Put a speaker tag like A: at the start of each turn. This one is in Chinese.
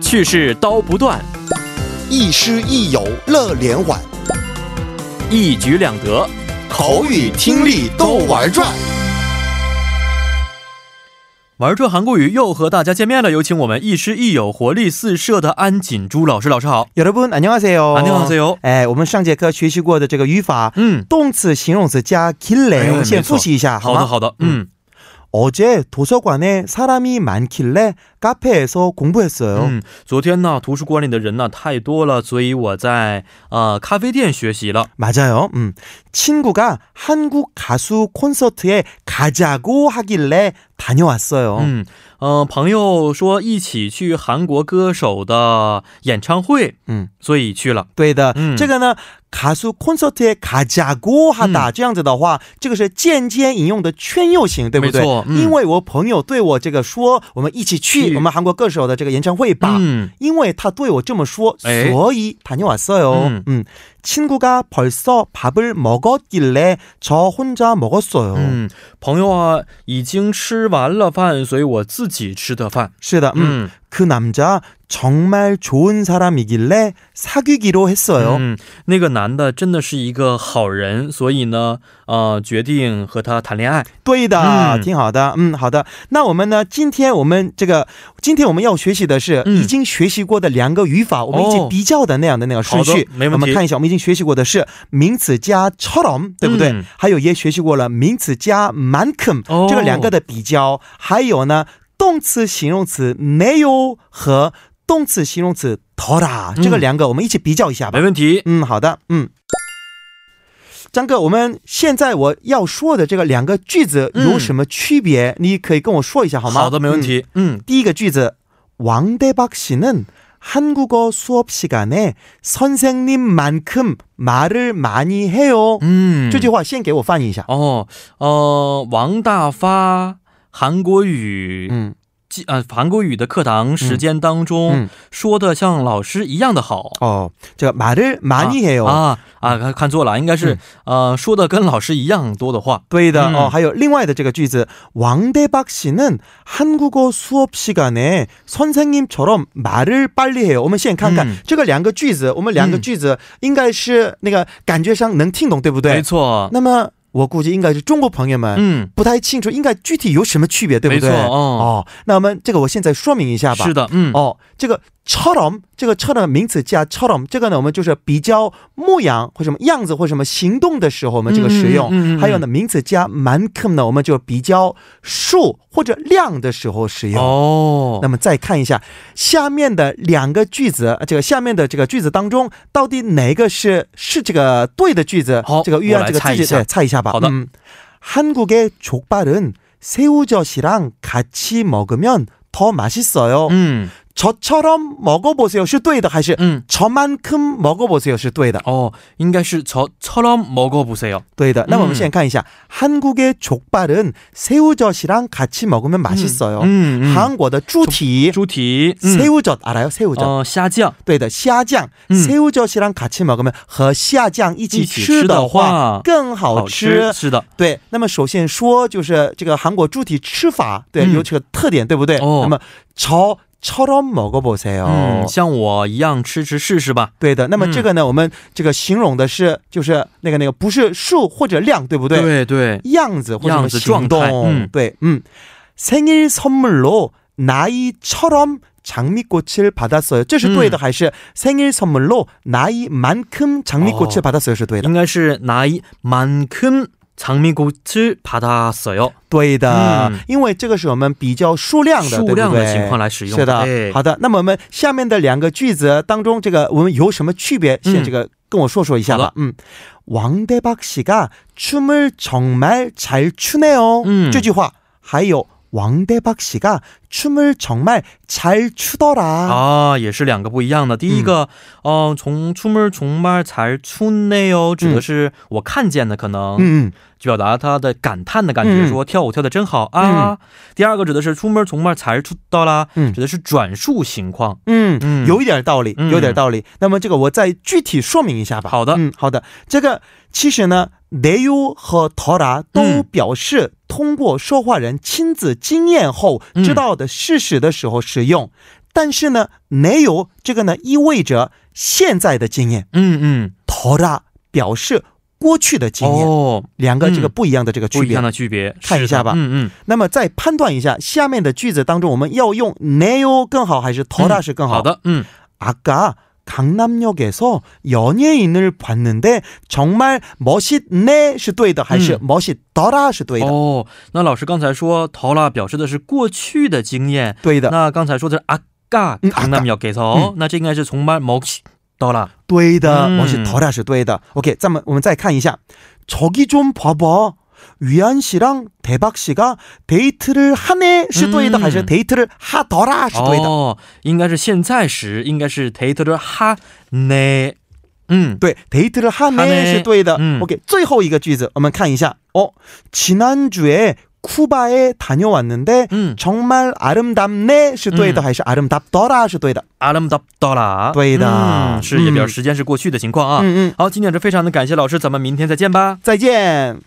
A: 去世刀不断，
B: 亦师亦友乐连环，
A: 一举两得。
B: 口语听力都玩转。
A: 玩转韩国语又和大家见面了，有请我们亦师亦友、活力四射的安锦珠老师。老师好，
C: 여러분 안녕하세요.
A: 안녕하세요.
C: 哎，我们上节课学习过的这个语法，
A: 嗯，
C: 动词、形容词加 길래，
A: 哎
C: 我们先
A: 네， 没错
C: 复习一下，
A: 好的，
C: 吗？
A: 好的，嗯
C: 어제 도서관에 사람이 많길래 카페에서 공부했어요.
A: 嗯，昨天呢，图书馆里的人呢太多了，所以我在呃咖啡店学习了。
C: 맞아요. 음. 친구가 한국 가수 콘서트에 가자고 하길래 다녀왔어요.
A: 嗯呃，朋友说一起去韩国歌手的演唱会，
C: 嗯
A: 所以去了。
C: 对的，
A: 嗯
C: 这个呢，卡苏 concert 卡加古哈达这样子的话，这个是间接引用的劝诱型，对不对？
A: 没错嗯
C: 因为我朋友对我这个说，我们一起去
A: 去
C: 我们韩国歌手的这个演唱会吧。
A: 嗯，
C: 因为他对我这么说，
A: 哎
C: 所以다녀왔어요。
A: 嗯
C: 嗯，친구가벌써밥을먹었길래저혼자먹었어요。
A: 嗯，朋友啊，已经吃完了饭，所以我自己吃的饭。
C: 是的，嗯，
A: 嗯
C: 그남자정말좋은사람이길래사귀기로했어요。
A: 嗯，那个男的真的是一个好人，所以呢，呃，决定和他谈恋爱。
C: 对的
A: 嗯，
C: 挺好的，嗯，好的。那我们呢？今天我们这个，今天我们要学习的是
A: 嗯哦
C: 已经学习过的两个语法，我们已经比较的那样的那个顺
A: 好
C: 序
A: 的，没问题
C: 我们看一下，我们已经学习过的是名词加 c h o m 对不对？
A: 嗯
C: 还有也学习过了名词加 mankum，、
A: 哦
C: 这个两个的比较，还有呢，动词、形容词没有和动词、形容词 t o r
A: 嗯
C: 这个两个我们一起比较一下吧
A: 没。问题。
C: 嗯，好的，嗯。张哥，我们现在我要说的这个两个句子有什么区别？你可以跟我说一下好
A: 嗯
C: 吗？
A: 好的，没问
C: 嗯
A: 题。嗯，
C: 第一个句子，왕대박씨는한국어수업시간에선생님만큼말을많이해요。
A: 嗯，
C: 这句话先给我翻译一下。
A: 哦，呃，王大发韩国语，
C: 嗯，
A: 记呃，韩国语的课堂时间当中、
C: 嗯
A: 说的像老师一样的好。
C: 哦，这个말을많이해요。
A: 啊啊，看看错了，应该是、
C: 嗯
A: 呃说的跟老师一样多的话。
C: 对的、
A: 嗯
C: 哦，还有另外的这个句子，왕대박씨는한국어수업시간에선생님처럼말을빨리해요。我们先看看、
A: 嗯
C: 这个两个句子，我们两个
A: 嗯
C: 句子应该是那个感觉上能听懂，对不对？
A: 没。错，
C: 那么我估计应该是中国朋友们、
A: 嗯，
C: 不太清楚，应该具体有什么区别，对不对？
A: 没错哦
C: 哦，那我们这个我现在说明一下吧。
A: 是的，嗯，
C: 哦，这个 처럼 这个 처럼 名词加 처럼 这个呢，我们就是比较模样或什么样子或什么行动的时候，我们这个使用。
A: 嗯嗯嗯嗯嗯
C: 还有呢，名词加 man큼 呢，我们就比较数或者量的时候使用。
A: 哦，
C: 哎那么再看一下下面的两个句子，呃这个下面的这个句子当中，到底哪个是是这个对的句子？
A: 好
C: 这个预案
A: 我来
C: 这个
A: 猜
C: 自己
A: 一下
C: 对猜一下吧。
A: 好的
C: 嗯，한국의족발은새우젓이랑같이먹으면더맛있어요。
A: 嗯
C: 저처럼 먹어보세요 是对的还是
A: 嗯，
C: 저만큼 먹어보세요 是对的
A: 哦，应该是저처럼먹어보세요。
C: 对的那我们
A: 嗯
C: 先看一下韩国的족발은새우젓이랑 같이 먹으면
A: 음.
C: 맛있어요
A: 嗯嗯，
C: 韩国的猪蹄
A: 猪蹄，
C: 새
A: 우
C: 우젓알아요새우젓
A: 呃虾酱
C: 对的虾酱
A: 嗯
C: 새우젓이랑 같이 먹으면和虾酱一
A: 一
C: 起
A: 起吃
C: 吃的
A: 的
C: 话
A: 话
C: 更好吃
A: 是的，
C: 对，那么首先说就是这个韩国猪蹄吃法，对，
A: 嗯
C: 有这个特点，对不对？
A: 哦 음。
C: 那么炒炒到먹어보세요，
A: 嗯，像我一样吃吃试试吧。
C: 对的，那么
A: 嗯
C: 这个呢，我们这个形容的是就是那个那个不是数或者量，对不对？
A: 对对，
C: 样子或者什么
A: 样子
C: 行动
A: 状态嗯
C: 对，嗯，생일선물로나이처럼장미꽃을받았어요，这是对的、还是생일선물로나이만큼장미꽃을
A: 哦
C: 받았어요？是对的，
A: 应该是拿一만큼장미꽃을받았어요。
C: 对的、
A: 嗯
C: 因为这个是我们比较数量的
A: 数量
C: 对
A: 的
C: 不对
A: 情况来使用。
C: 是的、
A: 哎
C: 好的。那么我们下面的两个句子当中，这个我们有什么区别？
A: 嗯
C: 先这个跟我说说一下吧。嗯，王대박씨가춤을정말잘추네요。
A: 嗯
C: 这句话还有王대박씨가춤을정말잘추더라。
A: 啊，也是两个不一样的。
C: 음.
A: 第一个，哦、从出门从门才出内
C: 음.
A: 哦，指的是我看见的，可能、
C: 嗯嗯，
A: 表达他的感叹的感觉，
C: 嗯
A: 说跳舞跳的真好啊。第二个指的是出门从门才出到啦，
C: 嗯
A: 指的是转述情况。
C: 嗯
A: 嗯
C: 有一点道理，
A: 嗯
C: 有点道理。那么这个我再具体说明一下吧。
A: 好的
C: 嗯，好的。这个其实呢 d e u 和 tora 都
A: 嗯
C: 表示通过说话人亲自经验后
A: 嗯
C: 知道的事实的时候使用。但是呢，没有这个呢，意味着现在的经验。
A: 嗯嗯，
C: 더라表示过去的经验，
A: 哦，
C: 两个这个
A: 嗯
C: 不一样的这个区
A: 不一
C: 别。
A: 样的区别，
C: 看一
A: 是的
C: 下吧
A: 嗯嗯，
C: 那么再判断一下下面的句子当中，我们要用 nail 更好还是더라是更好？
A: 好的，嗯，
C: 아까 강남역에서 연예인을 봤는데 정말 멋있네 是对的还是 멋있더라 是对的？
A: 哦，那老师刚才说逃啦表示的是过去的经验，
C: 对的，
A: 那刚才说的是아까
C: 嗯
A: 강남역에서，那这应该是从班某起到了，
C: 对的，
A: 음.
C: 멋있더라 是对的。 OK，咱们我们再看一下 저기 좀 봐봐. 위안 씨랑 대박 씨가 데이트를 하네 是对的
A: 음. 어.
C: 还是 데이트를 하더라 是对的？
A: 哦，应该是现在时，应该是데이트를하네，嗯，
C: 对，데이트를 하네
A: 하네.
C: 是对的。
A: 嗯
C: OK，最后一个句子我们看一下。哦， 어, 지난주에 쿠바에 다녀왔는데
A: 嗯，
C: 정말 아름답네 是对的，还是 아름답더라 是对的？
A: 阿拉姆达到了，
C: 对的
A: 嗯是也
C: 嗯
A: 表示时间是过去的
C: 음,
A: 情况啊。
C: 嗯嗯，
A: 好，今天是非常的感谢老师，咱们明天再见吧。
C: 再见。